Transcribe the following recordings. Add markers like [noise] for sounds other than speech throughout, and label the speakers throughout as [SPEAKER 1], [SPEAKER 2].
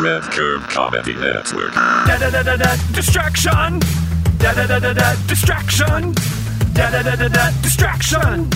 [SPEAKER 1] Red Curb Comedy Network.
[SPEAKER 2] Da da da da da distraction. Da da da da da distraction. Da da da da da distraction.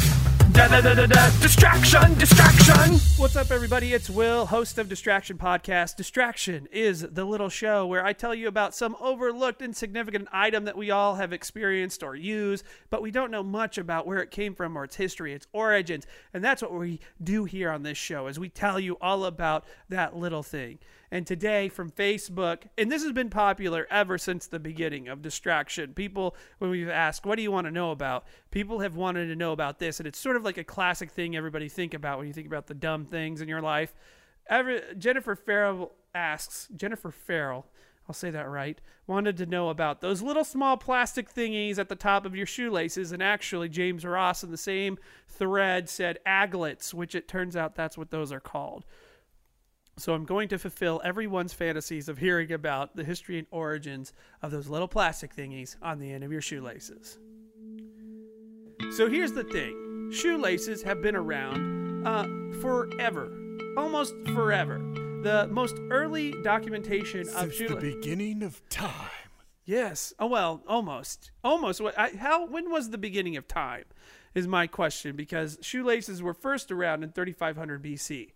[SPEAKER 2] Da da da da da distraction. Distraction. What's up, everybody? It's Will, host of Distraction Podcast. Distraction is the little show where I tell you about some overlooked, insignificant item that we all have experienced or use, but we don't know much about where it came from or its history, its origins, and that's what we do here on this show. Is we tell you all about that little thing and today from Facebook. And this has been popular ever since the beginning of distraction. People, when we've asked, what do you want to know about? People have wanted to know about this. And it's sort of like a classic thing everybody think about when you think about the dumb things in your life. Ever, Jennifer Farrell asks, Jennifer Farrell, I'll say that right, wanted to know about those little small plastic thingies at the top of your shoelaces. And actually, James Ross in the same thread said aglets, which it turns out that's what those are called. So I'm going to fulfill everyone's fantasies of hearing about the history and origins of those little plastic thingies on the end of your shoelaces. So here's the thing shoelaces have been around uh, forever, almost forever. The most early documentation of
[SPEAKER 3] Since the
[SPEAKER 2] shoelaces.
[SPEAKER 3] beginning of time.
[SPEAKER 2] Yes. Oh well, almost, almost. What- I, how? When was the beginning of time? Is my question because shoelaces were first around in 3500 BC.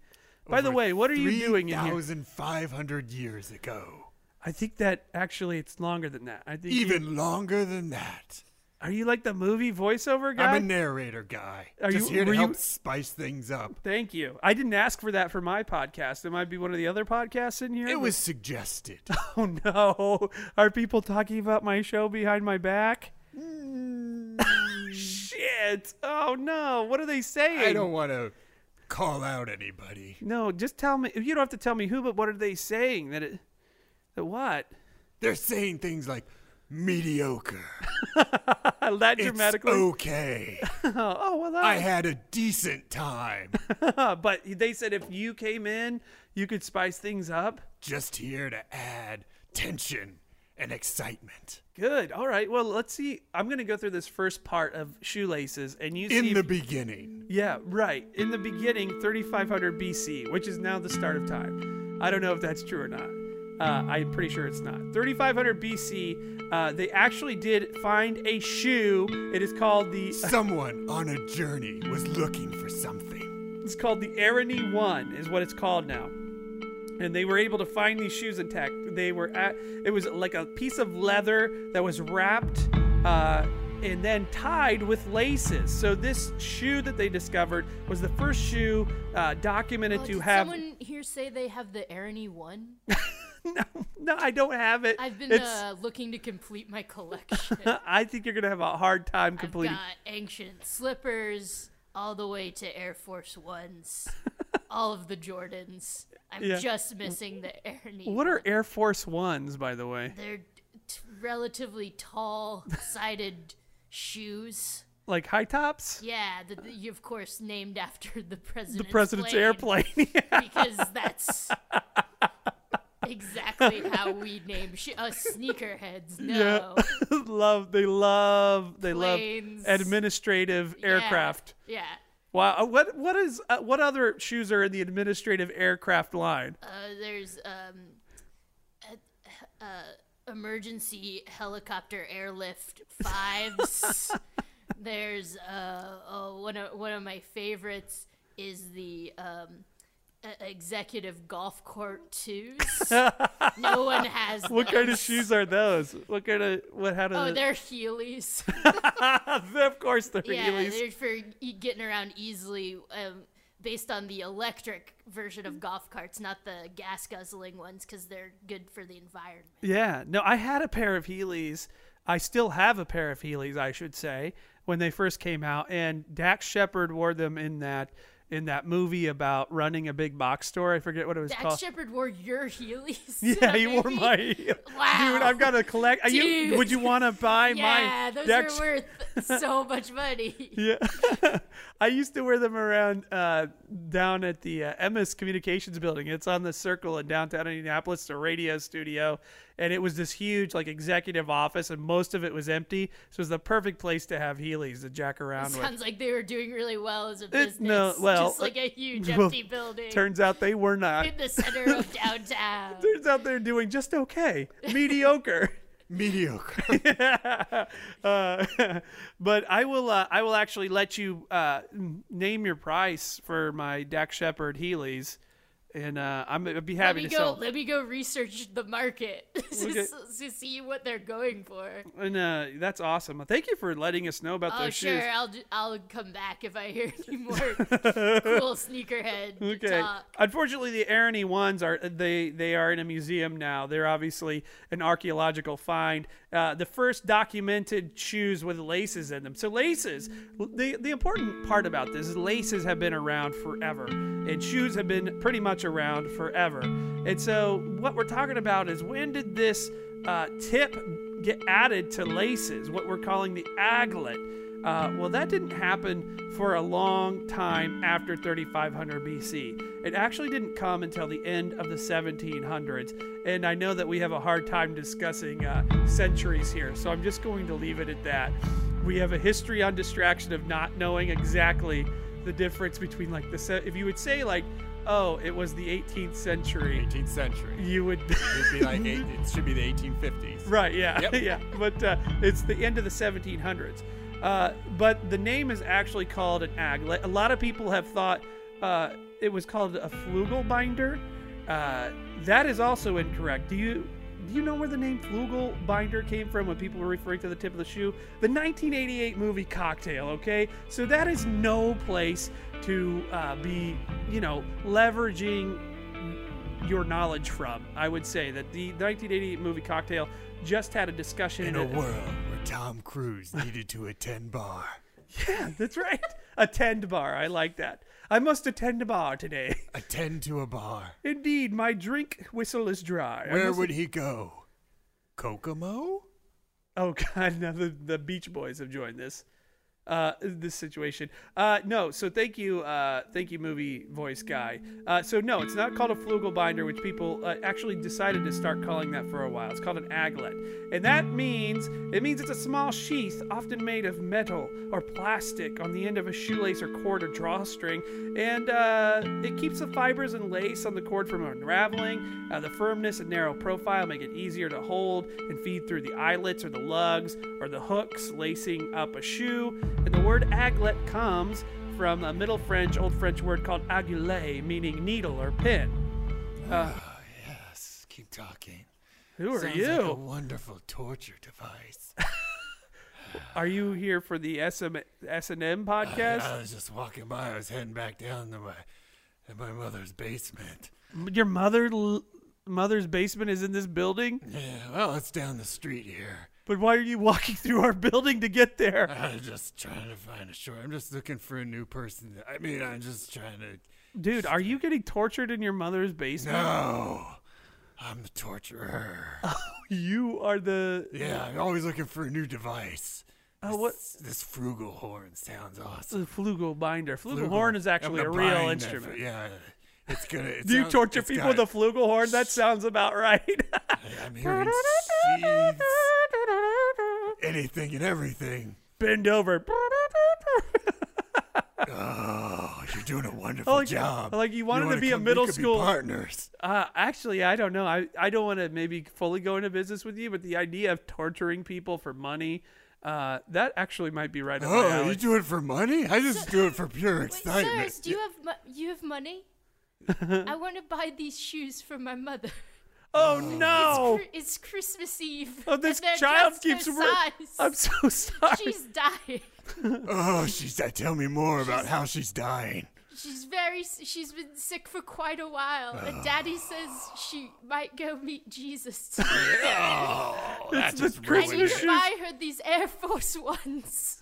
[SPEAKER 2] By the way, what are you doing in here?
[SPEAKER 3] 3,500 years ago.
[SPEAKER 2] I think that actually it's longer than that. I think you-
[SPEAKER 3] Even longer than that.
[SPEAKER 2] are you like the movie voiceover guy?
[SPEAKER 3] I'm a narrator guy.
[SPEAKER 2] Are
[SPEAKER 3] Just
[SPEAKER 2] you-
[SPEAKER 3] here
[SPEAKER 2] were
[SPEAKER 3] to
[SPEAKER 2] you-
[SPEAKER 3] help spice things up.
[SPEAKER 2] Thank you. I didn't ask for that for my podcast. It might be one of the other podcasts in here.
[SPEAKER 3] It
[SPEAKER 2] but-
[SPEAKER 3] was suggested.
[SPEAKER 2] [laughs] Oh no! Are people talking about my show behind my back?
[SPEAKER 3] Mm.
[SPEAKER 2] [laughs] Shit! Oh no! What are they saying?
[SPEAKER 3] I don't want to call out anybody.
[SPEAKER 2] No, just tell me. You don't have to tell me who, but what are they saying? That it. That what?
[SPEAKER 3] They're saying things like mediocre.
[SPEAKER 2] that
[SPEAKER 3] It's
[SPEAKER 2] dramatically. [laughs]
[SPEAKER 3] okay.
[SPEAKER 2] Oh, oh, well, that
[SPEAKER 3] I
[SPEAKER 2] was-
[SPEAKER 3] had a decent time.
[SPEAKER 2] but they said if you came in, you could spice things up.
[SPEAKER 3] Just here to add tension and excitement.
[SPEAKER 2] Good. All right. Well, let's see. I'm going to go through this first part of shoelaces, and you see.
[SPEAKER 3] In the
[SPEAKER 2] if-
[SPEAKER 3] beginning.
[SPEAKER 2] yeah, right. In the beginning, 3500 BC, which is now the start of time. I don't know if that's true or not. Uh, I'm pretty sure it's not. 3500 BC, uh, they actually did find a shoe. It is called the
[SPEAKER 3] Someone on a journey was looking for something.
[SPEAKER 2] It's called the Arany One, is what it's called now. And they were able to find these shoes intact. They were at. It was like a piece of leather that was wrapped uh, and then tied with laces. So this shoe that they discovered was the first shoe uh, documented
[SPEAKER 4] Oh,
[SPEAKER 2] to
[SPEAKER 4] did
[SPEAKER 2] have.
[SPEAKER 4] someone here say they have the
[SPEAKER 2] [laughs]
[SPEAKER 4] Arany one?
[SPEAKER 2] No, I don't have it.
[SPEAKER 4] I've been
[SPEAKER 2] It's-
[SPEAKER 4] uh, looking to complete my [laughs] collection.
[SPEAKER 2] [laughs] I think you're gonna have a hard time
[SPEAKER 4] I've
[SPEAKER 2] completing.
[SPEAKER 4] got ancient slippers all the way to Air
[SPEAKER 2] [laughs]
[SPEAKER 4] Force Ones, all of the Jordans. I'm
[SPEAKER 2] Yeah.
[SPEAKER 4] just missing the Arany.
[SPEAKER 2] What are
[SPEAKER 4] one.
[SPEAKER 2] Air Force Ones, by the way?
[SPEAKER 4] They're t- relatively tall sided [laughs] shoes.
[SPEAKER 2] Like high tops?
[SPEAKER 4] Yeah, the, the, you of course named after
[SPEAKER 2] the
[SPEAKER 4] the president's
[SPEAKER 2] president's
[SPEAKER 4] plane,
[SPEAKER 2] airplane. [laughs]
[SPEAKER 4] because that's exactly how we name sh- us
[SPEAKER 2] [laughs]
[SPEAKER 4] sneakerheads. No.
[SPEAKER 2] love they love they
[SPEAKER 4] Planes.
[SPEAKER 2] love administrative
[SPEAKER 4] Yeah.
[SPEAKER 2] aircraft.
[SPEAKER 4] Yeah.
[SPEAKER 2] Wow, Uh, what what is uh, what other shoes are in the administrative aircraft
[SPEAKER 4] [laughs]
[SPEAKER 2] line?
[SPEAKER 4] Uh, there's um, uh, uh, emergency helicopter airlift fives.
[SPEAKER 2] [laughs]
[SPEAKER 4] there's uh, oh, one of one of my favorites is the um, uh, executive golf
[SPEAKER 2] [laughs]
[SPEAKER 4] court twos. no one has.
[SPEAKER 2] What kind of
[SPEAKER 4] those.
[SPEAKER 2] shoes are those? What kind of what how do
[SPEAKER 4] Oh,
[SPEAKER 2] they-
[SPEAKER 4] they're Heelys.
[SPEAKER 2] [laughs] of course [laughs] they're
[SPEAKER 4] Yeah,
[SPEAKER 2] Heelys.
[SPEAKER 4] they're for e- getting around easily, um, based on the electric version
[SPEAKER 2] Mm-hmm.
[SPEAKER 4] of golf carts, not the gas guzzling ones, because they're good for the environment.
[SPEAKER 2] Yeah. No, I had a pair of Heelys. I still have a pair of Heelys, I should say, when they first came out. And Dax Shepard wore them in that in that movie about running a big box store. I forget what it was
[SPEAKER 4] Dax
[SPEAKER 2] called.
[SPEAKER 4] Shepard wore your Heelys.
[SPEAKER 2] [laughs] Yeah, you wore
[SPEAKER 4] maybe?
[SPEAKER 2] my heel.
[SPEAKER 4] Wow.
[SPEAKER 2] Dude, I've got to collect. Are you,
[SPEAKER 4] Dude.
[SPEAKER 2] would you want to buy
[SPEAKER 4] [laughs] Yeah,
[SPEAKER 2] my
[SPEAKER 4] those
[SPEAKER 2] Dex?
[SPEAKER 4] are
[SPEAKER 2] [laughs]
[SPEAKER 4] worth so much money. [laughs]
[SPEAKER 2] yeah. [laughs] I used to wear them around uh, down at the uh, Emmis Communications Building. It's on the circle in downtown Indianapolis, It's a radio studio. And it was this huge, like, executive office, and most of it was empty. So it was the perfect place to have Heelys to jack around with.
[SPEAKER 4] Sounds like they were doing really well as a
[SPEAKER 2] It's
[SPEAKER 4] business.
[SPEAKER 2] no, well, out.
[SPEAKER 4] just like a huge
[SPEAKER 2] Well,
[SPEAKER 4] empty building
[SPEAKER 2] Turns out they were not.
[SPEAKER 4] in the center
[SPEAKER 2] [laughs]
[SPEAKER 4] of downtown.
[SPEAKER 2] Turns out they're doing just okay,
[SPEAKER 4] [laughs]
[SPEAKER 2] mediocre.
[SPEAKER 3] Mediocre.
[SPEAKER 2] [laughs] Uh, [laughs] but I will. Uh, I will actually let you uh, n- name your price for my Dak Shepherd Heelys, and uh, I'm I'd be
[SPEAKER 4] Let
[SPEAKER 2] happy
[SPEAKER 4] me
[SPEAKER 2] to
[SPEAKER 4] go.
[SPEAKER 2] sell.
[SPEAKER 4] Let me go research the market [laughs] to,
[SPEAKER 2] Okay.
[SPEAKER 4] s- to see what they're going for.
[SPEAKER 2] And uh, that's awesome. Thank you for letting us know about
[SPEAKER 4] Oh,
[SPEAKER 2] those
[SPEAKER 4] sure.
[SPEAKER 2] shoes.
[SPEAKER 4] I'll ju- I'll come back if I hear
[SPEAKER 2] [laughs]
[SPEAKER 4] any more cool sneakerhead
[SPEAKER 2] Okay.
[SPEAKER 4] talk.
[SPEAKER 2] Unfortunately, the Arany ones are they they are in a museum now. They're obviously an archaeological find. Uh, the first documented shoes with laces in them. So laces. The the important part about this is laces have been around forever, and shoes have been pretty much around forever. And so what we're talking about is when did this uh, tip get added to laces? What we're calling the aglet. Uh, well, that didn't happen for a long time after 3500 BC. It actually didn't come until the end of the 1700s. And I know that we have a hard time discussing uh, centuries here, so I'm just going to leave it at that. We have a history on distraction of not knowing exactly the difference between, like, the. Se- if you would say, like, oh, it was the 18th century,
[SPEAKER 3] 18th century.
[SPEAKER 2] you would. [laughs]
[SPEAKER 3] It'd be like eight, it should be the [laughs] 1850s.
[SPEAKER 2] Right. Yeah.
[SPEAKER 3] Yep.
[SPEAKER 2] [laughs] Yeah. But uh, it's the end of the 1700s. Uh, but the name is actually called an aglet. A lot of people have thought uh, it was called a flugelbinder. Uh, that is also incorrect. Do you do you know where the name flugelbinder came from when people were referring to the tip of the shoe? The 1988 movie Cocktail. Okay, so that is no place to uh, be, you know, leveraging your knowledge from. I would say that the 1988 movie Cocktail just had a discussion
[SPEAKER 3] In a
[SPEAKER 2] it-
[SPEAKER 3] world where Tom Cruise needed to attend bar.
[SPEAKER 2] [laughs] Yeah, that's right. attend bar. I like that. I must attend a bar today. [laughs]
[SPEAKER 3] Attend to a bar.
[SPEAKER 2] Indeed, my drink whistle is dry. I
[SPEAKER 3] Where
[SPEAKER 2] must-
[SPEAKER 3] would he go? Kokomo?
[SPEAKER 2] Oh [laughs] God, now the, the Beach Boys have joined this uh [laughs] this situation. Uh no, so thank you, uh thank you movie voice guy. Uh so no, it's not called a flugelbinder, which people uh, actually decided to start calling that for a while. It's called an aglet. And that means it means it's a small sheath often made of metal or plastic on the end of a shoelace or cord or drawstring. And uh it keeps the fibers and lace on the cord from unraveling. Uh, the firmness and narrow profile make it easier to hold and feed through the eyelets or the lugs or the hooks lacing up a shoe. And the word aglet comes from a Middle French, Old French word called agulet, meaning needle or pin.
[SPEAKER 3] Yes, keep talking.
[SPEAKER 2] Who are
[SPEAKER 3] Sounds
[SPEAKER 2] you?
[SPEAKER 3] Like a wonderful torture device.
[SPEAKER 2] Are you here for the SM,
[SPEAKER 3] Uh,
[SPEAKER 2] S&M podcast?
[SPEAKER 3] I was just walking by. I was heading back down to my, to my mother's basement.
[SPEAKER 2] Your mother l- mother's basement is in this building?
[SPEAKER 3] Yeah, well, it's down the street here.
[SPEAKER 2] But why are you walking [laughs] through our building to get there?
[SPEAKER 3] I'm just trying to find a short. I'm just looking for a new person. I mean, I'm just trying to.
[SPEAKER 2] Dude, are you getting tortured in your mother's basement?
[SPEAKER 3] No, I'm the torturer.
[SPEAKER 2] You are the
[SPEAKER 3] yeah, I'm always looking for a new device.
[SPEAKER 2] Oh, what-
[SPEAKER 3] This, this frugal horn sounds awesome.
[SPEAKER 2] The flugel binder. Flugelhorn
[SPEAKER 3] Frugal.
[SPEAKER 2] is actually
[SPEAKER 3] I'm
[SPEAKER 2] a
[SPEAKER 3] gonna
[SPEAKER 2] real
[SPEAKER 3] bind that for-
[SPEAKER 2] instrument.
[SPEAKER 3] Yeah, it's gonna.
[SPEAKER 2] [laughs]
[SPEAKER 3] It
[SPEAKER 2] Do you
[SPEAKER 3] sounds-
[SPEAKER 2] torture
[SPEAKER 3] it's
[SPEAKER 2] people
[SPEAKER 3] got-
[SPEAKER 2] with a flugelhorn? That sounds about
[SPEAKER 3] [laughs]
[SPEAKER 2] right.
[SPEAKER 3] I'm hearing seeds, anything and everything.
[SPEAKER 2] Bend over. [laughs]
[SPEAKER 3] Oh, you're doing a wonderful
[SPEAKER 2] like-
[SPEAKER 3] job.
[SPEAKER 2] I like you wanted to
[SPEAKER 3] wanna
[SPEAKER 2] be a
[SPEAKER 3] come- we
[SPEAKER 2] middle
[SPEAKER 3] could be
[SPEAKER 2] school-
[SPEAKER 3] partners.
[SPEAKER 2] Uh, actually, I don't know. I, I don't want to maybe fully go into business with you, but the idea of torturing people for money, uh, that actually might be right up my
[SPEAKER 3] Oh, you
[SPEAKER 2] alley.
[SPEAKER 3] do it for money? I just do it for pure
[SPEAKER 4] Wait,
[SPEAKER 3] excitement.
[SPEAKER 4] sirs, do you have mo- you
[SPEAKER 2] [laughs]
[SPEAKER 4] have money? I want to buy these shoes for my mother.
[SPEAKER 2] Oh, no!
[SPEAKER 4] Cr- It's Christmas Eve.
[SPEAKER 2] Oh, this
[SPEAKER 4] and they're
[SPEAKER 2] child
[SPEAKER 4] just
[SPEAKER 2] keeps.
[SPEAKER 4] her
[SPEAKER 2] Re-
[SPEAKER 4] size.
[SPEAKER 2] I'm so [laughs] sorry.
[SPEAKER 4] She's dying.
[SPEAKER 3] Oh, she's. Uh, tell me more about how she's dying.
[SPEAKER 4] She's very. s- She's been sick for quite a while,
[SPEAKER 3] [sighs]
[SPEAKER 4] and Daddy says she might go meet
[SPEAKER 2] [laughs]
[SPEAKER 4] Jesus.
[SPEAKER 3] Oh, that's
[SPEAKER 2] the
[SPEAKER 4] I need
[SPEAKER 2] Christmas
[SPEAKER 4] to
[SPEAKER 2] shoes.
[SPEAKER 4] buy her these Air
[SPEAKER 2] [laughs]
[SPEAKER 4] Force Ones.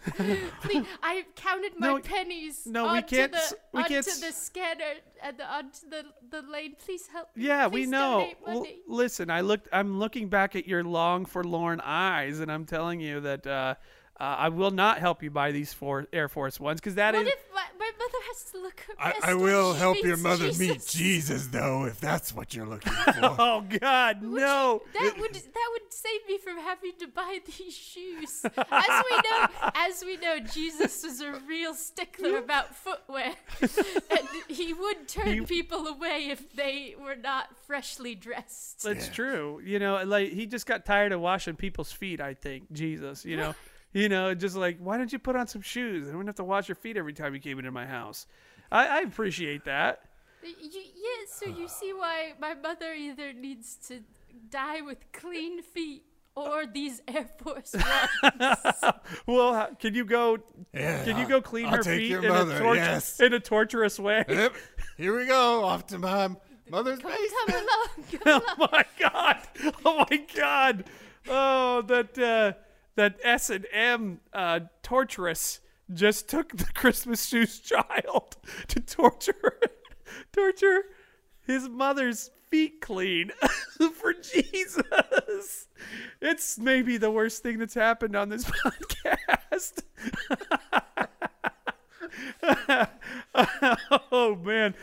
[SPEAKER 4] Please, I counted my
[SPEAKER 2] No,
[SPEAKER 4] pennies
[SPEAKER 2] no, we
[SPEAKER 4] onto
[SPEAKER 2] can't s-
[SPEAKER 4] the
[SPEAKER 2] we
[SPEAKER 4] onto
[SPEAKER 2] can't s-
[SPEAKER 4] the scanner and the, onto the the lane. Please help. me.
[SPEAKER 2] Yeah, we
[SPEAKER 4] Please
[SPEAKER 2] know.
[SPEAKER 4] donate
[SPEAKER 2] L-
[SPEAKER 4] money.
[SPEAKER 2] listen, I looked. I'm looking back at your long, forlorn eyes, and I'm telling you that uh, uh, I will not help you buy these four Air Force Ones because that is.
[SPEAKER 4] What if my, my mother has to look her
[SPEAKER 3] I,
[SPEAKER 4] best
[SPEAKER 3] I
[SPEAKER 4] when
[SPEAKER 3] will
[SPEAKER 4] she
[SPEAKER 3] help your
[SPEAKER 4] meets
[SPEAKER 3] mother meet
[SPEAKER 4] Jesus.
[SPEAKER 3] Jesus, though, if that's what you're
[SPEAKER 2] [laughs]
[SPEAKER 3] looking for.
[SPEAKER 2] Oh God,
[SPEAKER 4] Would
[SPEAKER 2] no!
[SPEAKER 4] you- that would that would save me from having to buy [laughs] these shoes. As we know, as we know, Jesus was a real stickler about footwear, and he would turn
[SPEAKER 2] He-
[SPEAKER 4] people away if they were not freshly dressed.
[SPEAKER 2] That's true. You know, like he just got tired of washing people's feet. I think Jesus. You
[SPEAKER 3] [laughs]
[SPEAKER 2] know, you know, just like why don't you put on some shoes? I wouldn't have to wash your feet every time you came into my house. I, I appreciate that.
[SPEAKER 4] You, yeah, so you see why my mother either needs to die with clean feet or these Air Force Ones.
[SPEAKER 2] Well, h- can you go?
[SPEAKER 3] Yeah,
[SPEAKER 2] Can you
[SPEAKER 3] I'll-
[SPEAKER 2] go clean
[SPEAKER 3] I'll
[SPEAKER 2] her
[SPEAKER 3] take
[SPEAKER 2] feet
[SPEAKER 3] your
[SPEAKER 2] in,
[SPEAKER 3] mother,
[SPEAKER 2] a tortu-
[SPEAKER 3] yes.
[SPEAKER 2] in a torturous
[SPEAKER 3] [laughs]
[SPEAKER 2] way?
[SPEAKER 3] Yep, Here we go, off to my mother's
[SPEAKER 4] Come
[SPEAKER 3] basement.
[SPEAKER 4] along, come
[SPEAKER 2] [laughs] oh my god! Oh my god! Oh, that uh, that S and M uh, torturous just took the Christmas shoes child to torture [laughs] torture his mother's feet clean [laughs] for Jesus. It's maybe the worst thing that's happened on this [laughs] podcast. [laughs] oh man.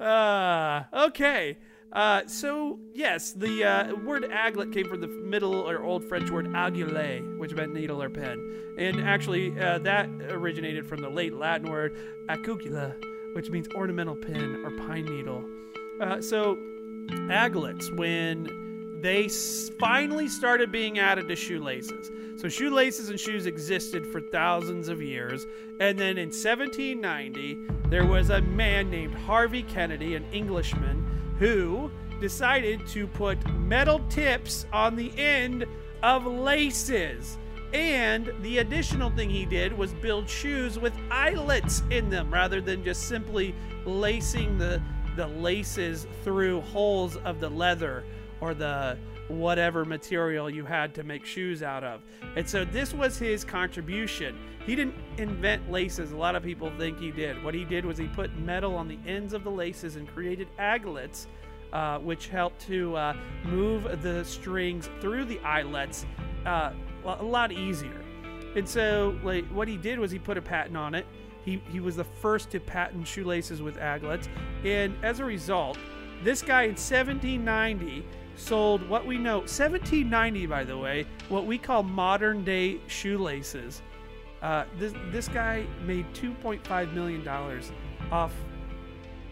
[SPEAKER 2] Uh, okay. Uh, so yes, the uh, word aglet came from the Middle or Old French word aguilé, which meant needle or pen, and actually uh, that originated from the late Latin word acucula, which means ornamental pin or pine needle. Uh, so aglets when they s- finally started being added to shoelaces. So shoelaces and shoes existed for thousands of years, and then in 1790 there was a man named Harvey Kennedy, an Englishman, who decided to put metal tips on the end of laces. And the additional thing he did was build shoes with eyelets in them rather than just simply lacing the the laces through holes of the leather or the whatever material you had to make shoes out of. And so this was his contribution. He didn't invent laces. A lot of people think he did. What he did was he put metal on the ends of the laces and created aglets uh, which helped to uh, move the strings through the eyelets uh, a lot easier. And so, like, what he did was he put a patent on it. He, he was the first to patent shoelaces with aglets. And as a result, this guy in 1790 sold what we know, 1790, by the way, what we call modern day shoelaces. Uh, this, this guy made $2.5 million off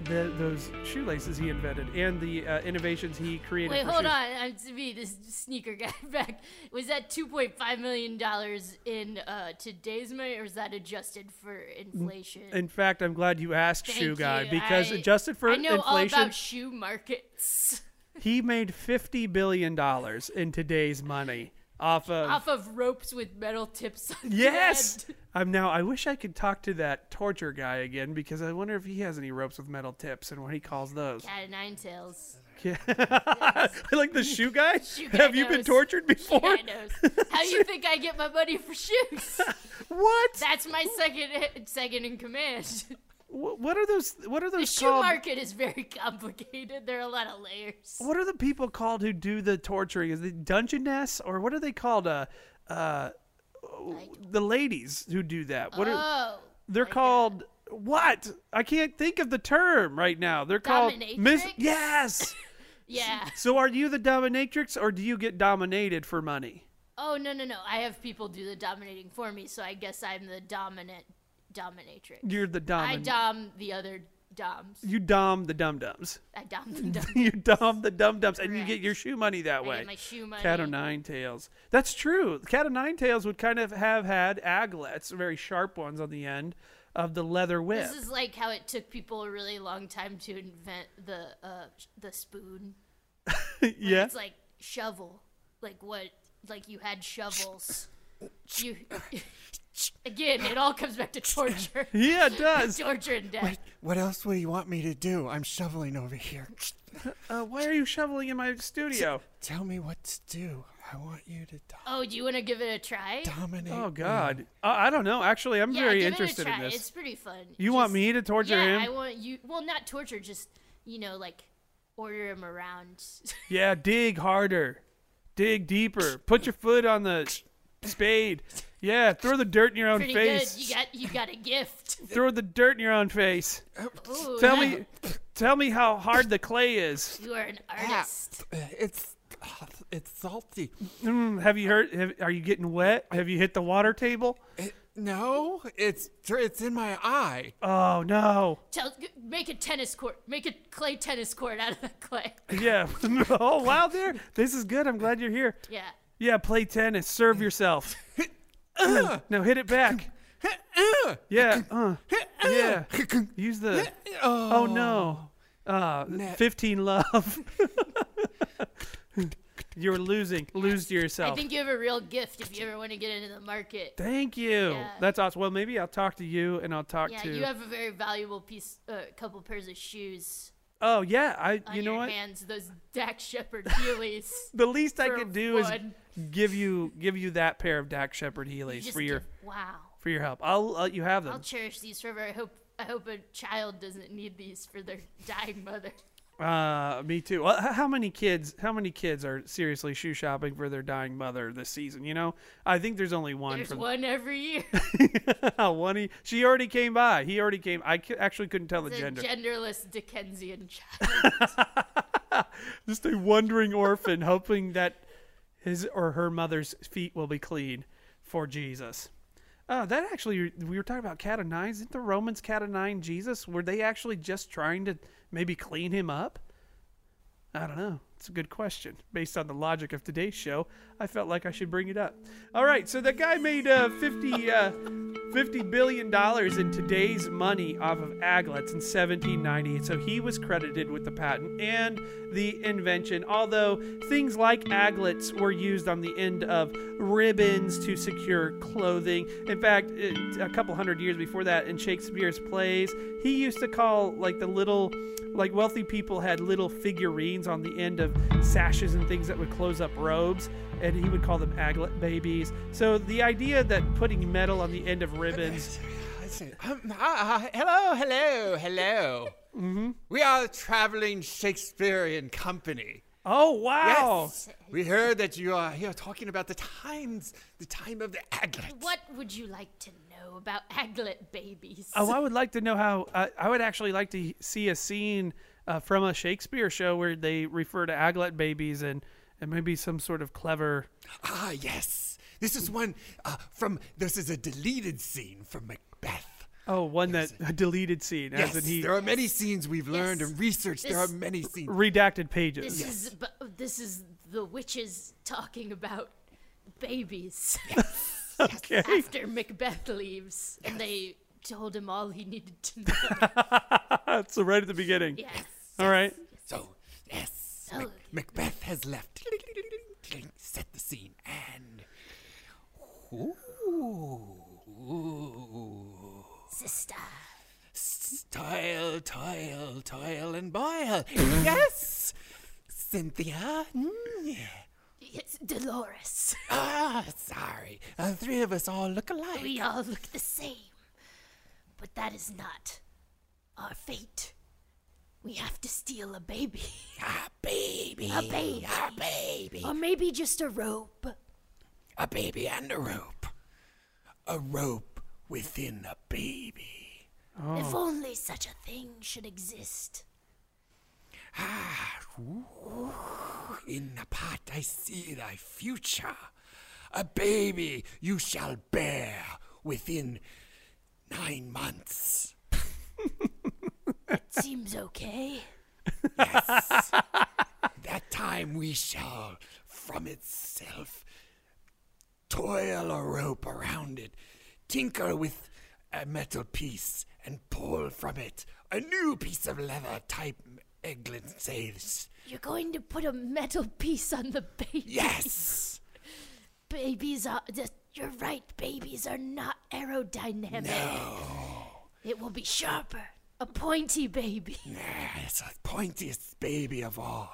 [SPEAKER 2] the, those shoelaces he invented and the uh, innovations he created.
[SPEAKER 4] Wait,
[SPEAKER 2] for
[SPEAKER 4] hold
[SPEAKER 2] shoes.
[SPEAKER 4] on. I'm to be this sneaker guy [laughs] back. Was that 2.5 million dollars in uh, today's money, or is that adjusted for inflation?
[SPEAKER 2] In fact, I'm glad you asked,
[SPEAKER 4] Thank
[SPEAKER 2] Shoe Guy,
[SPEAKER 4] you.
[SPEAKER 2] because
[SPEAKER 4] I-
[SPEAKER 2] adjusted for
[SPEAKER 4] I know
[SPEAKER 2] inflation,
[SPEAKER 4] all about shoe markets [laughs]
[SPEAKER 2] he made fifty billion dollars in today's money off of.
[SPEAKER 4] off of ropes with metal tips. On
[SPEAKER 2] yes,
[SPEAKER 4] thread.
[SPEAKER 2] I'm now. I wish I could talk to that torture guy again because I wonder if he has any ropes with metal tips and what he calls those.
[SPEAKER 4] Cat of
[SPEAKER 2] [laughs]
[SPEAKER 4] nine tails.
[SPEAKER 2] like the Shoe Guy.
[SPEAKER 4] [laughs] Shoe Guy
[SPEAKER 2] Have you been
[SPEAKER 4] knows.
[SPEAKER 2] tortured before?
[SPEAKER 4] Guy knows.
[SPEAKER 2] [laughs]
[SPEAKER 4] How do you think I get my money for shoes? [laughs]
[SPEAKER 2] What?
[SPEAKER 4] That's my second [laughs] second in command.
[SPEAKER 2] Wh- what are those? What are
[SPEAKER 4] The
[SPEAKER 2] those
[SPEAKER 4] shoe
[SPEAKER 2] called?
[SPEAKER 4] market is very complicated. There are a lot of layers.
[SPEAKER 2] what are the people called who do the torturing? Is it Dungeness or what are they called? Uh, uh, the ladies who do that. What are
[SPEAKER 4] Oh.
[SPEAKER 2] they're called? What? I can't think of the term right now. They're called
[SPEAKER 4] Dominatrix?
[SPEAKER 2] Yes.
[SPEAKER 4] Yeah.
[SPEAKER 2] so are you the dominatrix or do you get dominated for money?
[SPEAKER 4] Oh no no no! I have people do the dominating for me, so I guess I'm the dominant dominatrix.
[SPEAKER 2] You're the
[SPEAKER 4] I
[SPEAKER 2] domin.
[SPEAKER 4] dom the other doms.
[SPEAKER 2] you dom the dum dums.
[SPEAKER 4] I dom them. Dom.
[SPEAKER 2] [laughs] you dom the dum dums, and you get
[SPEAKER 4] Correct.
[SPEAKER 2] your shoe money that
[SPEAKER 4] I
[SPEAKER 2] way.
[SPEAKER 4] get my shoe money.
[SPEAKER 2] Cat o' nine tails. That's true. Cat o' nine tails would kind of have had aglets, very sharp ones on the end of the leather whip. [laughs]
[SPEAKER 4] This is like how it took people a really long time to invent the uh the spoon.
[SPEAKER 2] yeah.
[SPEAKER 4] It's like shovel. Like what? Like you had shovels. You. [laughs] Again, it all comes back
[SPEAKER 2] [laughs]
[SPEAKER 4] to torture.
[SPEAKER 2] Yeah,
[SPEAKER 4] [laughs]
[SPEAKER 2] it does.
[SPEAKER 4] Torture and death.
[SPEAKER 3] What else would you want me to do? I'm shoveling over here.
[SPEAKER 2] Uh, why are you shoveling in my
[SPEAKER 4] [laughs]
[SPEAKER 2] studio?
[SPEAKER 3] Tell me what to do. I want you to do-
[SPEAKER 4] Oh, do you want to give it a try?
[SPEAKER 3] dominate.
[SPEAKER 2] Oh God. Uh, I don't know. Actually, I'm
[SPEAKER 4] Yeah,
[SPEAKER 2] very
[SPEAKER 4] give
[SPEAKER 2] interested
[SPEAKER 4] it a
[SPEAKER 2] in
[SPEAKER 4] try.
[SPEAKER 2] this.
[SPEAKER 4] It's pretty fun.
[SPEAKER 2] You want me to torture
[SPEAKER 4] yeah,
[SPEAKER 2] him?
[SPEAKER 4] I want you. Well, not torture, just you know, like order him around. [laughs]
[SPEAKER 2] yeah. Dig harder. Dig deeper. Put your foot on the Spade. Yeah, throw the dirt in your own
[SPEAKER 4] Pretty
[SPEAKER 2] face.
[SPEAKER 4] good. You got you got
[SPEAKER 2] [laughs]
[SPEAKER 4] a gift.
[SPEAKER 2] throw the dirt in your own face.
[SPEAKER 4] Ooh,
[SPEAKER 2] Tell
[SPEAKER 4] yeah.
[SPEAKER 2] me, tell me how hard the clay is.
[SPEAKER 4] you are an
[SPEAKER 3] Ah,
[SPEAKER 4] artist.
[SPEAKER 3] It's uh, it's salty.
[SPEAKER 2] Mm, have you heard? Have, are you getting wet? Have you hit the water table?
[SPEAKER 3] It, no, it's it's in my eye. [laughs]
[SPEAKER 2] Oh no!
[SPEAKER 4] Tell, make a tennis court. Make a clay tennis court out of the
[SPEAKER 2] [laughs]
[SPEAKER 4] clay.
[SPEAKER 2] Yeah. oh wow, there. This is good. I'm glad you're here.
[SPEAKER 4] Yeah.
[SPEAKER 2] Yeah, play tennis. Serve yourself. no, hit it back. Yeah. Uh, yeah. Use the.
[SPEAKER 3] Oh,
[SPEAKER 2] Oh no. Uh, Fifteen love. You're losing. Lose to
[SPEAKER 4] I
[SPEAKER 2] yourself.
[SPEAKER 4] think you have a real gift if you ever want to get into the market.
[SPEAKER 2] Thank you.
[SPEAKER 4] Yeah.
[SPEAKER 2] That's awesome. Well, maybe I'll talk to you and I'll talk
[SPEAKER 4] Yeah,
[SPEAKER 2] to.
[SPEAKER 4] you have a very valuable piece, a couple pairs of shoes
[SPEAKER 2] oh yeah, I.
[SPEAKER 4] on
[SPEAKER 2] You know
[SPEAKER 4] your
[SPEAKER 2] what?
[SPEAKER 4] hands. Those Dak Shepherd [laughs] Heelys.
[SPEAKER 2] The least I
[SPEAKER 4] for
[SPEAKER 2] could do
[SPEAKER 4] one.
[SPEAKER 2] is give you give you that pair of Dak Shepherd Heelys
[SPEAKER 4] Just
[SPEAKER 2] for your
[SPEAKER 4] give- wow.
[SPEAKER 2] for your help. I'll let you have them.
[SPEAKER 4] I'll cherish these forever. I hope I hope a child doesn't need these for their dying mother.
[SPEAKER 2] Uh, me too. Well, h- how many kids? How many kids are seriously shoe shopping for their dying mother this season? You know, I think there's only one.
[SPEAKER 4] There's
[SPEAKER 2] from
[SPEAKER 4] one every
[SPEAKER 2] [laughs]
[SPEAKER 4] year.
[SPEAKER 2] one. He, she already came by. He already came. I c- actually couldn't tell the,
[SPEAKER 4] The
[SPEAKER 2] gender.
[SPEAKER 4] genderless Dickensian child.
[SPEAKER 2] Just a wandering orphan, [laughs] hoping that his or her mother's feet will be clean for Jesus. Uh, that actually, we were talking about cat of nines. Didn't the Romans cat of nine Jesus? Were they actually just trying to maybe clean him up? I don't know. It's a good question. Based on the logic of today's show, I felt like I should bring it up. All right, so that guy made uh, 50, uh, 50 billion dollars in today's money off of aglets in 1798. So he was credited with the patent and the invention. Although things like aglets were used on the end of ribbons to secure clothing. In fact, it, a couple hundred years before that, in Shakespeare's plays, he used to call like the little like wealthy people had little figurines on the end of sashes and things that would close up robes and he would call them aglet babies so the idea that putting metal on the end of ribbons
[SPEAKER 3] I see. Um, ah, hello, hello, hello. mm-hmm. We are a traveling Shakespearean company.
[SPEAKER 2] oh wow
[SPEAKER 3] Yes. We heard that you are here talking about the times, the time of the aglet.
[SPEAKER 4] What would you like to know about aglet babies?
[SPEAKER 2] oh i would like to know how uh, i would actually like to see a scene uh, from a shakespeare show where they refer to aglet babies and and maybe some sort of clever
[SPEAKER 3] Ah, yes. This is one uh, from. This is a deleted scene from Macbeth.
[SPEAKER 2] oh one that a deleted scene
[SPEAKER 3] Yes,
[SPEAKER 2] as in he
[SPEAKER 3] there are many scenes we've learned
[SPEAKER 4] Yes.
[SPEAKER 3] and researched. There are
[SPEAKER 4] This-
[SPEAKER 3] many scenes.
[SPEAKER 2] redacted pages
[SPEAKER 4] This is bu- this is the witches talking about babies [laughs]
[SPEAKER 2] okay
[SPEAKER 4] after Macbeth leaves, and they told him all he needed to know.
[SPEAKER 2] so right at the beginning
[SPEAKER 4] yes.
[SPEAKER 2] all right
[SPEAKER 3] So, yes,
[SPEAKER 4] So-
[SPEAKER 3] Macbeth has left. Set the scene and. Ooh.
[SPEAKER 4] Sister,
[SPEAKER 3] Toil, toil, toil, and boil. yes! Cynthia? Mm, yeah.
[SPEAKER 4] it's Dolores.
[SPEAKER 3] Ah, sorry. Uh, three of us all look alike.
[SPEAKER 4] We all look the same, but that is not our fate. We have to steal a baby,
[SPEAKER 3] A baby.
[SPEAKER 4] A baby.
[SPEAKER 3] A baby.
[SPEAKER 4] or maybe just a rope.
[SPEAKER 3] A baby and a rope. A rope within a baby.
[SPEAKER 4] If only such a thing should exist.
[SPEAKER 3] Ah, In the pot I see thy future. A baby you shall bear within nine months.
[SPEAKER 4] Seems okay.
[SPEAKER 3] Yes. that time we shall from itself toil a rope around it, tinker with a metal piece, and pull from it a new piece of leather type Eglin says.
[SPEAKER 4] You're going to put a metal piece on the baby.
[SPEAKER 3] Yes.
[SPEAKER 4] Babies are. th- You're right. Babies are not aerodynamic. It will be sharper. A pointy baby.
[SPEAKER 3] Ah, It's the pointiest baby of all.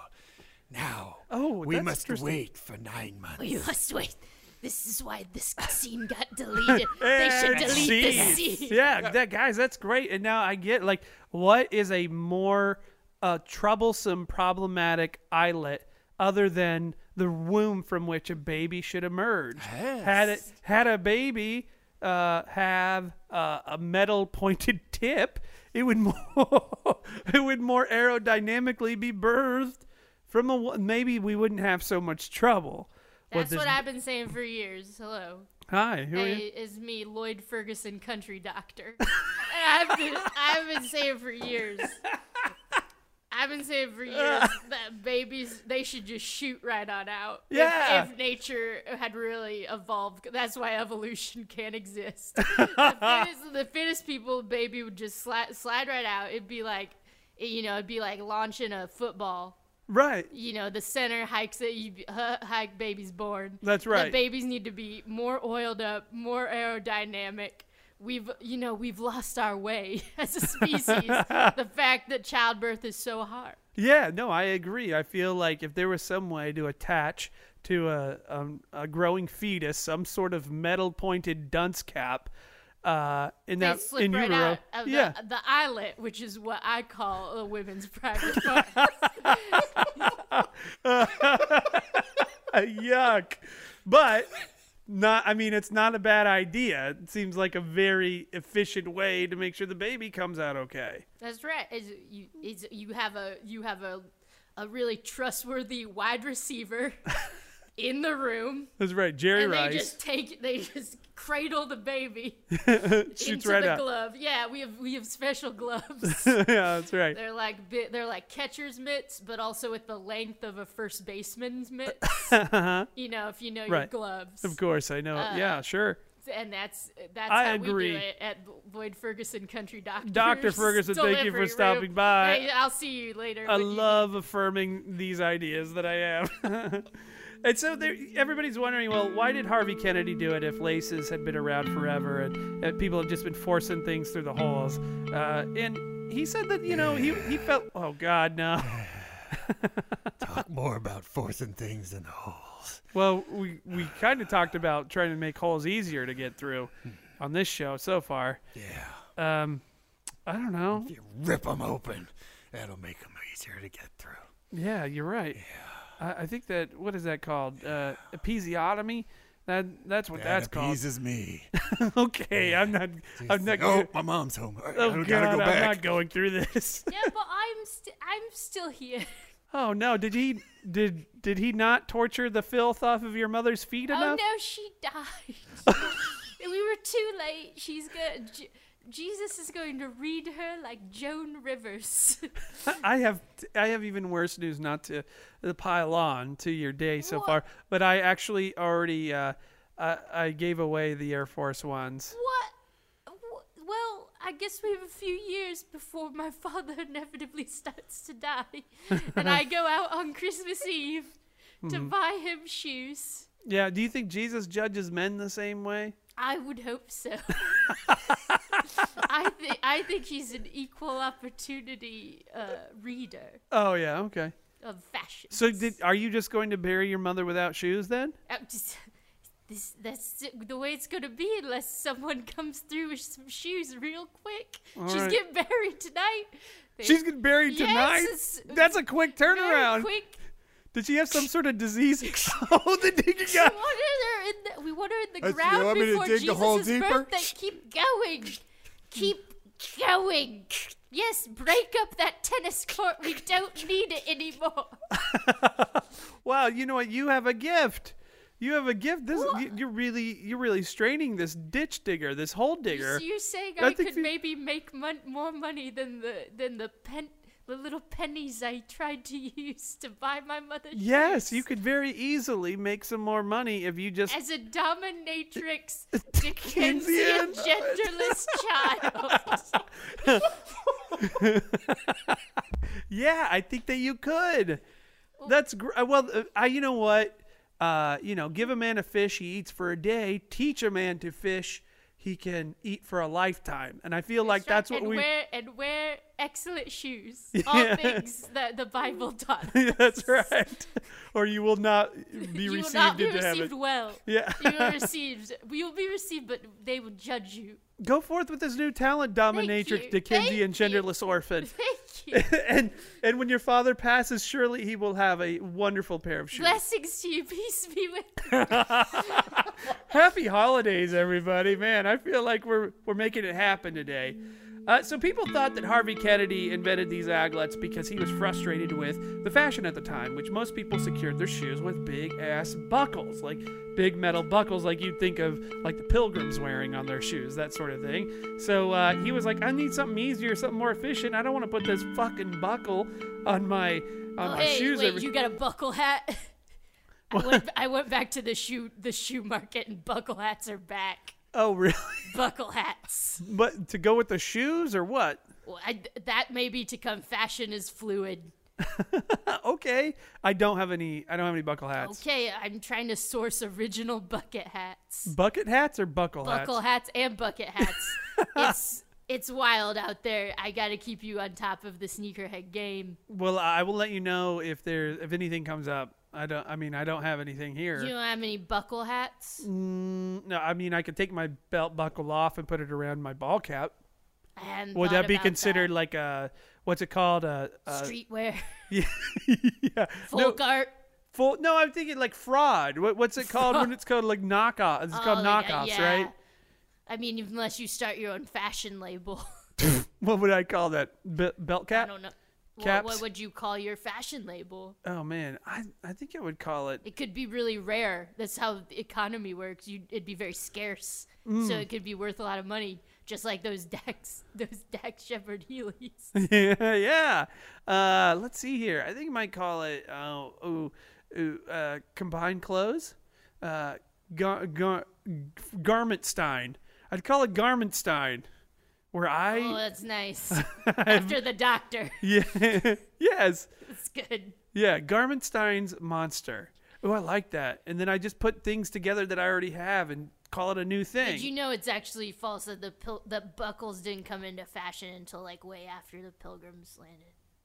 [SPEAKER 3] Now,
[SPEAKER 2] Oh,
[SPEAKER 3] we
[SPEAKER 2] that's
[SPEAKER 3] must
[SPEAKER 2] interesting.
[SPEAKER 3] wait for nine months.
[SPEAKER 4] You must wait. This is why this scene got deleted.
[SPEAKER 2] [laughs]
[SPEAKER 4] they should
[SPEAKER 2] And
[SPEAKER 4] delete this
[SPEAKER 2] scenes.
[SPEAKER 4] scene.
[SPEAKER 2] Yeah, that guys, that's great. And now I get like, what is a more uh, troublesome, problematic islet other than the womb from which a baby should emerge. Had it had a baby uh, have uh, a metal [laughs] pointed tip, it would [laughs] more it would more aerodynamically be birthed from a wo- maybe we wouldn't have so much trouble. with
[SPEAKER 4] That's
[SPEAKER 2] this-
[SPEAKER 4] what I've been saying for years. Hello.
[SPEAKER 2] Hi, who are you?
[SPEAKER 4] Hey, is me, Lloyd Ferguson, country doctor. [laughs] And I've been, I've been saying for years. I've been saying
[SPEAKER 2] [laughs]
[SPEAKER 4] for years that babies they should just shoot right on out. If-
[SPEAKER 2] Yeah.
[SPEAKER 4] If, nature had really evolved, that's why evolution
[SPEAKER 2] [laughs]
[SPEAKER 4] can't exist. the, fittest, the fittest people, baby would just slide, slide right out. It'd be like, you know, it'd be like launching a football
[SPEAKER 2] Right.
[SPEAKER 4] you know the center hikes that you [laughs] uh, hike babies born.
[SPEAKER 2] That's
[SPEAKER 4] The
[SPEAKER 2] right.
[SPEAKER 4] babies need to be more oiled up, more aerodynamic. We've you know we've lost our way [laughs] as
[SPEAKER 2] [laughs]
[SPEAKER 4] a species. the fact that childbirth is so hard.
[SPEAKER 2] Yeah, no, I agree. I feel like if there was some way to attach to a um, a growing fetus some sort of metal pointed dunce cap uh, in
[SPEAKER 4] They
[SPEAKER 2] that
[SPEAKER 4] slip
[SPEAKER 2] in
[SPEAKER 4] right
[SPEAKER 2] utero,
[SPEAKER 4] out of [laughs]
[SPEAKER 2] yeah,
[SPEAKER 4] the, the eyelet, which is what I call
[SPEAKER 2] [laughs]
[SPEAKER 4] a women's private part.
[SPEAKER 2] uh, yuck. But not. I mean, it's not a bad idea. It seems like a very efficient way to make sure the baby comes out okay.
[SPEAKER 4] That's right. Is you is you have a you have a a really trustworthy
[SPEAKER 2] [laughs]
[SPEAKER 4] wide receiver in the room.
[SPEAKER 2] That's right, Jerry
[SPEAKER 4] and
[SPEAKER 2] Rice
[SPEAKER 4] they just take they just cradle the baby
[SPEAKER 2] [laughs] shoots
[SPEAKER 4] into
[SPEAKER 2] right
[SPEAKER 4] the
[SPEAKER 2] out.
[SPEAKER 4] glove. Yeah, we have we have
[SPEAKER 2] [laughs]
[SPEAKER 4] special gloves.
[SPEAKER 2] [laughs] yeah, that's right.
[SPEAKER 4] they're like bi- they're like catcher's mitts, but also with the length of a first baseman's mitts. You know, if you know your
[SPEAKER 2] Uh-huh. Right.
[SPEAKER 4] gloves,
[SPEAKER 2] Of course, I know.
[SPEAKER 4] Uh,
[SPEAKER 2] yeah, sure.
[SPEAKER 4] and that's that's
[SPEAKER 2] I
[SPEAKER 4] how
[SPEAKER 2] agree.
[SPEAKER 4] we do it at Lloyd Ferguson Country Doctor.
[SPEAKER 2] Dr. Ferguson, thank you for stopping by.
[SPEAKER 4] Hey, I'll see you later.
[SPEAKER 2] I
[SPEAKER 4] when you need
[SPEAKER 2] love affirming these ideas that I have. [laughs] and so there, everybody's wondering, well, why did Harvey Kennedy do it if laces had been around forever and, and people had just been forcing things through the holes? Uh, and he said that you know he he felt oh god no. [laughs]
[SPEAKER 3] Talk more about forcing things in holes.
[SPEAKER 2] Well, we we kind of talked about trying to make holes easier to get through on this show so far.
[SPEAKER 3] Yeah.
[SPEAKER 2] I don't know.
[SPEAKER 3] You rip them open. That'll make them easier to get through.
[SPEAKER 2] Yeah, you're right. I, I think that what is that called? Uh, episiotomy. That that's what that's
[SPEAKER 3] that
[SPEAKER 2] called. [laughs]
[SPEAKER 3] appeases me.
[SPEAKER 2] okay, I'm not. I'm not.
[SPEAKER 3] oh,
[SPEAKER 2] go-
[SPEAKER 3] my mom's home. All right,
[SPEAKER 2] oh
[SPEAKER 3] I
[SPEAKER 2] God,
[SPEAKER 3] gotta go
[SPEAKER 2] I'm
[SPEAKER 3] back. [laughs]
[SPEAKER 2] not going through this. [laughs]
[SPEAKER 4] yeah, but I'm st- I'm still here.
[SPEAKER 2] Oh no, did he did did he not torture the filth off of your mother's feet
[SPEAKER 4] Oh
[SPEAKER 2] enough?
[SPEAKER 4] no, she [laughs]
[SPEAKER 2] [laughs]
[SPEAKER 4] died. we were too late. She's going. J- Jesus is going to read her like Joan Rivers. [laughs]
[SPEAKER 2] [laughs] I have I have even worse news not to uh, pile on to your day so
[SPEAKER 4] What?
[SPEAKER 2] far, but I actually already uh, I, I gave away the Air Force ones.
[SPEAKER 4] what? Wh- Well, I guess we have a few years before my [laughs] father inevitably starts
[SPEAKER 2] [laughs]
[SPEAKER 4] to die, and I go out on Christmas Eve to
[SPEAKER 2] Mm-hmm.
[SPEAKER 4] buy him shoes.
[SPEAKER 2] Yeah, do you think Jesus judges men the same way?
[SPEAKER 4] I would
[SPEAKER 2] [laughs]
[SPEAKER 4] hope so. I think I think he's an equal opportunity uh, reader
[SPEAKER 2] Oh yeah, okay.
[SPEAKER 4] of fashion.
[SPEAKER 2] So did are you just going to bury your mother without shoes then?
[SPEAKER 4] I'm just- [laughs] this, that's the way it's gonna be unless someone [laughs] comes through with some shoes real quick. She's
[SPEAKER 2] right.
[SPEAKER 4] getting buried tonight. They-
[SPEAKER 2] She's getting buried
[SPEAKER 4] Eh, Yes,
[SPEAKER 2] tonight.
[SPEAKER 4] it's-
[SPEAKER 2] That's a quick
[SPEAKER 4] very
[SPEAKER 2] turnaround.
[SPEAKER 3] [laughs]
[SPEAKER 4] Quick.
[SPEAKER 2] Did she have some sort of [laughs] disease? oh, the [laughs] digging
[SPEAKER 4] We
[SPEAKER 2] guy.
[SPEAKER 4] want her in the, we want her in the
[SPEAKER 3] That's- you
[SPEAKER 4] ground
[SPEAKER 3] want me to
[SPEAKER 4] before
[SPEAKER 3] dig the hole
[SPEAKER 4] Jesus'
[SPEAKER 3] deeper?
[SPEAKER 4] birthday. Keep going. Keep going. Yes, break up that tennis court. We don't need it anymore.
[SPEAKER 2] Wow, you know what? You have a gift. You have a gift. This you, you're really you're really straining this ditch digger, this hole digger.
[SPEAKER 4] So you're saying
[SPEAKER 2] I
[SPEAKER 4] I,
[SPEAKER 2] think
[SPEAKER 4] could
[SPEAKER 2] you-
[SPEAKER 4] maybe make mon- more money than the than the pen the little pennies I tried to [laughs] use to buy my mother.
[SPEAKER 2] Yes,
[SPEAKER 4] shoes?
[SPEAKER 2] you could very easily make some more money if you just
[SPEAKER 4] As
[SPEAKER 2] [laughs]
[SPEAKER 4] a dominatrix, [laughs] Dickensian
[SPEAKER 2] Dickensian.
[SPEAKER 4] [laughs]
[SPEAKER 2] [laughs]
[SPEAKER 4] genderless child.
[SPEAKER 2] Yeah, I think that you could. That's gr- uh, well. uh, I, you know what? Uh, you know, give a man a fish, he eats for a day. Teach a man to fish, he can eat for a lifetime. And I feel like that's what
[SPEAKER 4] and
[SPEAKER 2] we.
[SPEAKER 4] where and where excellent
[SPEAKER 2] [laughs]
[SPEAKER 4] shoes. All things that the Bible taught.
[SPEAKER 2] That's right. Or you will not be
[SPEAKER 4] you will
[SPEAKER 2] received
[SPEAKER 4] not be
[SPEAKER 2] into
[SPEAKER 4] received
[SPEAKER 2] heaven.
[SPEAKER 4] well.
[SPEAKER 2] [laughs] Yeah.
[SPEAKER 4] You will received. You will be received, but they will judge you. [laughs]
[SPEAKER 2] Go forth with this new talent, dominatrix,
[SPEAKER 4] you.
[SPEAKER 2] Dickensian,
[SPEAKER 4] Thank
[SPEAKER 2] genderless orphan. [laughs]
[SPEAKER 4] Thank you.
[SPEAKER 2] and and when your father passes, surely he will have a wonderful pair of shoes.
[SPEAKER 4] Blessings to you. Peace be with you.
[SPEAKER 2] Happy holidays, everybody! Man, I feel like we're we're making it happen today. Uh, so people thought that Harvey Kennedy invented these aglets because he was frustrated with the fashion at the time, which most people secured their shoes with big ass buckles, like big metal buckles, like you'd think of like the pilgrims wearing on their shoes, that sort of thing. So uh, he was like, I need something easier, something more efficient. I don't want to put this fucking buckle on my on
[SPEAKER 4] Oh,
[SPEAKER 2] my
[SPEAKER 4] hey,
[SPEAKER 2] shoes
[SPEAKER 4] wait,
[SPEAKER 2] every.
[SPEAKER 4] you got a buckle hat? [laughs] I went, I went back to the shoe the shoe market and buckle hats are back.
[SPEAKER 2] oh really? [laughs]
[SPEAKER 4] Buckle hats.
[SPEAKER 2] but to go with the shoes or what?
[SPEAKER 4] Well, I, that may be to come. Fashion is fluid.
[SPEAKER 2] okay. I don't have any. I don't have any buckle hats.
[SPEAKER 4] Okay, I'm trying to source original bucket hats.
[SPEAKER 2] Bucket hats or buckle,
[SPEAKER 4] Buckle
[SPEAKER 2] hats?
[SPEAKER 4] hats and
[SPEAKER 2] [laughs]
[SPEAKER 4] bucket hats. it's it's wild out there. I got to keep you on top of the sneakerhead game.
[SPEAKER 2] Well, I will let you know if there if anything comes up. I don't. I mean, I don't have anything here.
[SPEAKER 4] You don't have any buckle hats?
[SPEAKER 2] no, I mean, I could take my belt buckle off and put it around my ball cap.
[SPEAKER 4] I hadn't
[SPEAKER 2] Would
[SPEAKER 4] thought
[SPEAKER 2] that be
[SPEAKER 4] about
[SPEAKER 2] considered like a what's it called? A, a
[SPEAKER 4] streetwear,
[SPEAKER 2] [laughs] yeah,
[SPEAKER 4] folk
[SPEAKER 2] No,
[SPEAKER 4] art?
[SPEAKER 2] full, no, I'm thinking like fraud. What, what's it called
[SPEAKER 4] [laughs]
[SPEAKER 2] when it's called like knockoff? It's called
[SPEAKER 4] Oh, like, uh,
[SPEAKER 2] knockoffs,
[SPEAKER 4] yeah.
[SPEAKER 2] right?
[SPEAKER 4] I mean, unless you start your own fashion label. [laughs]
[SPEAKER 2] What would I call that? Be- belt
[SPEAKER 4] I
[SPEAKER 2] cap?
[SPEAKER 4] don't know. What,
[SPEAKER 2] Caps?
[SPEAKER 4] what would you call your fashion label?
[SPEAKER 2] Oh man, I I think I would call it
[SPEAKER 4] It could be really rare. That's how the economy works. You, it'd be very scarce, so
[SPEAKER 2] Mm.
[SPEAKER 4] it could be worth a lot of money. Just like those Dax, [laughs] those Dax Shepherd Heelys.
[SPEAKER 2] [laughs] yeah. Uh, let's see here. I think I might call it uh, ooh, ooh, uh, combined clothes. Uh, gar- gar- garment stein. I'd call it garment stein, where I
[SPEAKER 4] Oh,
[SPEAKER 2] [laughs]
[SPEAKER 4] that's nice. After the doctor, [laughs]
[SPEAKER 2] yeah [laughs] yes
[SPEAKER 4] it's good.
[SPEAKER 2] yeah garment stein's monster. Oh, I like that. And then I just put things together that I already have and call it a new thing.
[SPEAKER 4] Did you know it's actually false that the pil- that buckles didn't come into fashion until like way after the Pilgrims landed?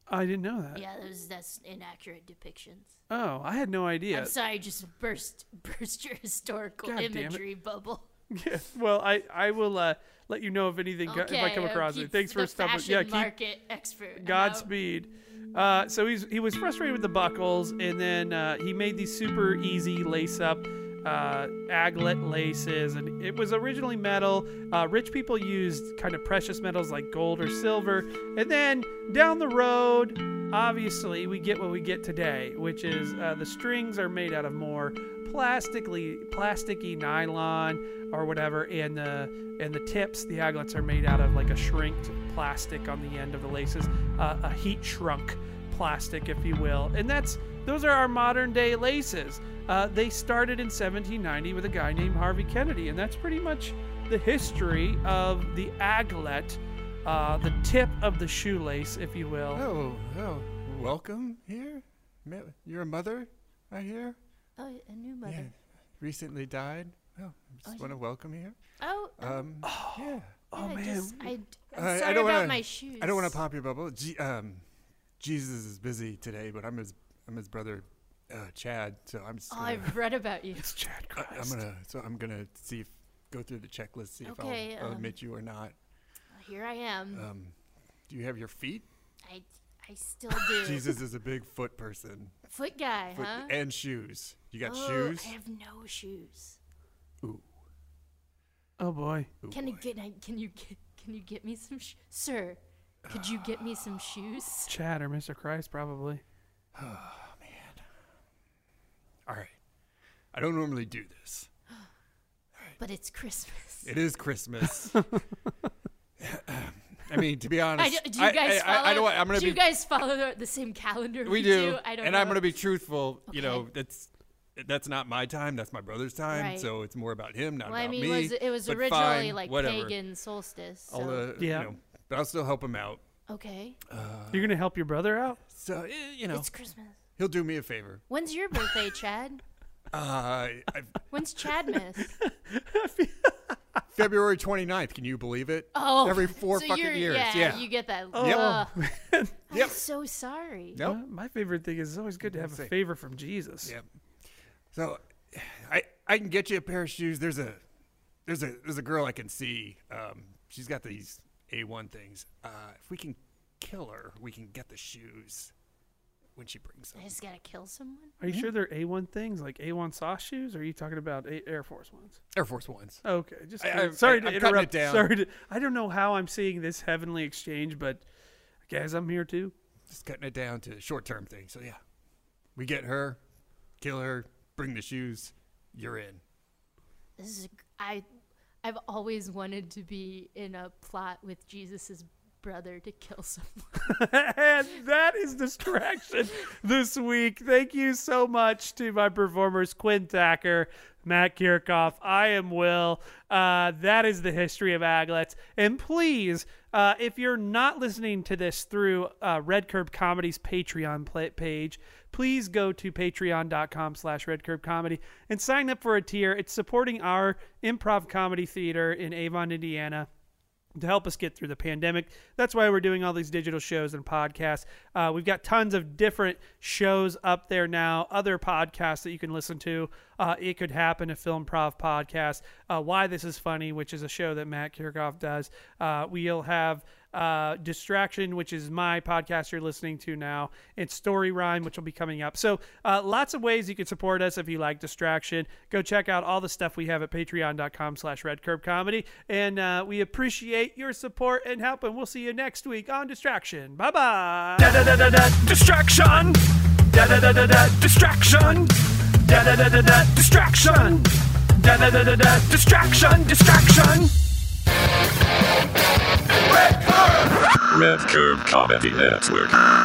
[SPEAKER 2] I didn't know that.
[SPEAKER 4] Yeah, those that's inaccurate depictions.
[SPEAKER 2] Oh, I had no idea.
[SPEAKER 4] I'm sorry, I just burst [laughs] burst your historical
[SPEAKER 2] God damn it.
[SPEAKER 4] imagery bubble.
[SPEAKER 2] Yeah, [laughs] well, I I will uh, let you know if anything co- if I come
[SPEAKER 4] I'll
[SPEAKER 2] across it.
[SPEAKER 4] keep
[SPEAKER 2] Thanks for
[SPEAKER 4] the
[SPEAKER 2] stopping.
[SPEAKER 4] fashion
[SPEAKER 2] Yeah, keep
[SPEAKER 4] market expert. out.
[SPEAKER 2] Godspeed. Uh, so he's he was frustrated with the buckles, and then uh, he made these super easy lace up uh, aglet laces, and it was originally metal. Uh, rich people used kind of precious metals like gold or silver, and then down the road, obviously we get what we get today, which is uh, the strings are made out of more plastically plasticky nylon or whatever and the and the tips the aglets are made out of like a shrinked plastic on the end of the laces uh, a heat shrunk plastic if you will and that's those are our modern day laces uh, they started in 1790 with a guy named harvey kennedy and that's pretty much the history of the aglet uh, the tip of the shoelace if you will
[SPEAKER 3] Oh, oh, welcome here. Ma- Your mother, I hear,
[SPEAKER 4] Oh, a new mother.
[SPEAKER 3] yeah, recently died. Oh, just want to welcome here.
[SPEAKER 4] Oh,
[SPEAKER 2] Uh,
[SPEAKER 3] Um, yeah.
[SPEAKER 4] oh I just, I,
[SPEAKER 3] I-
[SPEAKER 4] am sorry
[SPEAKER 3] Uh, I don't
[SPEAKER 4] about
[SPEAKER 3] wanna,
[SPEAKER 4] my shoes.
[SPEAKER 3] I don't want to pop your bubble. Je- um, Jesus is busy today, but I'm his, I'm his brother, uh, Chad. So I'm just
[SPEAKER 4] Oh,
[SPEAKER 3] gonna,
[SPEAKER 4] I've read
[SPEAKER 3] [laughs]
[SPEAKER 4] about you.
[SPEAKER 2] chad
[SPEAKER 3] I'm gonna, so I'm gonna see if go through the checklist, see if I'll-
[SPEAKER 4] Okay,
[SPEAKER 3] I'll,
[SPEAKER 4] um,
[SPEAKER 3] admit you or not.
[SPEAKER 4] Here I am.
[SPEAKER 3] Um, do you have your feet?
[SPEAKER 4] I, I still do.
[SPEAKER 3] Jesus is a big foot person,
[SPEAKER 4] Foot guy,
[SPEAKER 3] Foot-
[SPEAKER 4] huh?
[SPEAKER 3] and shoes. You got
[SPEAKER 4] Oh,
[SPEAKER 3] shoes?
[SPEAKER 4] I have no shoes.
[SPEAKER 3] Ooh.
[SPEAKER 2] oh boy
[SPEAKER 4] Can I get? I- Can you get? Can you get me some, sh- sir? Could you get me some shoes?
[SPEAKER 2] chad or mr christ probably
[SPEAKER 3] All right. I don't normally do this.
[SPEAKER 4] But it's Christmas.
[SPEAKER 3] It is
[SPEAKER 4] [laughs]
[SPEAKER 3] Christmas. [laughs] I mean, to be honest,
[SPEAKER 4] I do, do you guys
[SPEAKER 3] I, I,
[SPEAKER 4] follow?
[SPEAKER 3] I, don't. want- I'm gonna
[SPEAKER 4] do
[SPEAKER 3] be.
[SPEAKER 4] you guys follow the, the same calendar? We,
[SPEAKER 3] we do.
[SPEAKER 4] I don't
[SPEAKER 3] and
[SPEAKER 4] know.
[SPEAKER 3] I'm gonna be truthful. You
[SPEAKER 4] Okay.
[SPEAKER 3] know, that's that's not my time. That's my brother's time.
[SPEAKER 4] Right.
[SPEAKER 3] So it's more about him, not
[SPEAKER 4] Well, I
[SPEAKER 3] about
[SPEAKER 4] mean,
[SPEAKER 3] me.
[SPEAKER 4] it was, it was
[SPEAKER 3] but
[SPEAKER 4] originally
[SPEAKER 3] fine,
[SPEAKER 4] like
[SPEAKER 3] whatever.
[SPEAKER 4] pagan solstice.
[SPEAKER 3] I'll,
[SPEAKER 4] so-
[SPEAKER 3] uh,
[SPEAKER 2] Yeah.
[SPEAKER 3] You know, but I'll still help him out.
[SPEAKER 4] okay,
[SPEAKER 2] you're gonna help your brother out
[SPEAKER 3] So eh, you know,
[SPEAKER 4] it's Christmas.
[SPEAKER 3] he'll do me a [laughs] favor.
[SPEAKER 4] When's your birthday, Chad?
[SPEAKER 3] Uh, I, [laughs]
[SPEAKER 4] When's Chadmas?
[SPEAKER 3] February 29th. Can you believe it?
[SPEAKER 4] Oh,
[SPEAKER 3] Every four
[SPEAKER 4] so
[SPEAKER 3] fucking
[SPEAKER 4] you're-
[SPEAKER 3] years.
[SPEAKER 4] Yeah,
[SPEAKER 3] Yeah.
[SPEAKER 4] you get that.
[SPEAKER 3] [laughs] Yep.
[SPEAKER 4] Ugh,
[SPEAKER 3] Yep.
[SPEAKER 4] I'm so sorry.
[SPEAKER 3] Nope.
[SPEAKER 2] Uh, my favorite thing is it's always good to have a
[SPEAKER 3] Insane.
[SPEAKER 2] favor from Jesus.
[SPEAKER 3] Yep. So, I I can get you a pair of shoes. There's a there's a there's a girl I can see. Um, she's got these A1 things. Uh, if we can kill her, we can get the shoes when she brings
[SPEAKER 4] I
[SPEAKER 3] them.
[SPEAKER 4] just gotta kill someone.
[SPEAKER 2] Are you
[SPEAKER 3] Mm-hmm.
[SPEAKER 2] sure they're A1 things like A1 soft shoes? Or are you talking about a- Air Force ones?
[SPEAKER 3] Air Force Ones.
[SPEAKER 2] Okay, just
[SPEAKER 3] I-
[SPEAKER 2] kidding.
[SPEAKER 3] I-
[SPEAKER 2] sorry
[SPEAKER 3] I-
[SPEAKER 2] to
[SPEAKER 3] I'm cutting it
[SPEAKER 2] interrupt.
[SPEAKER 3] down.
[SPEAKER 2] Sorry, to, I don't know how I'm seeing this heavenly exchange, but guys, I'm here too.
[SPEAKER 3] Just cutting it down to short term things. So yeah, we get her, kill her, bring the shoes. You're in.
[SPEAKER 4] This is a g- I. I've always wanted to be in a plot with Jesus's brother to kill someone.
[SPEAKER 2] and that is distraction this week. Thank you so much to my performers, Quinn Thacker, Matt Kirchhoff. I am Will. Uh, that is the history of Aglets. And please, uh, if you're not listening to this through uh, Red Curb Comedy's Patreon pla- page, please go to patreon.com slash Red Curb Comedy and sign up for a tier. It's supporting our improv comedy theater in Avon, Indiana to help us get through the pandemic. That's why we're doing all these digital shows and podcasts. Uh, we've got tons of different shows up there now, other podcasts that you can listen to. Uh, it could happen, a film prof podcast. Uh, Why this is funny, which is a show that Matt Kirchhoff does. Uh, we'll have uh, Distraction, which is my podcast you're listening to now, and Story Rhyme, which will be coming up. So, uh, lots of ways you can support us if you like Distraction. Go check out all the stuff we have at patreon.com slash Red Curb Comedy. And uh, we appreciate your support and help, and we'll see you next week on Distraction. Bye-bye. da da da da distraction da da da da da distraction da da da da da distraction da da da da da distraction distraction
[SPEAKER 1] Red Curve Comedy Network.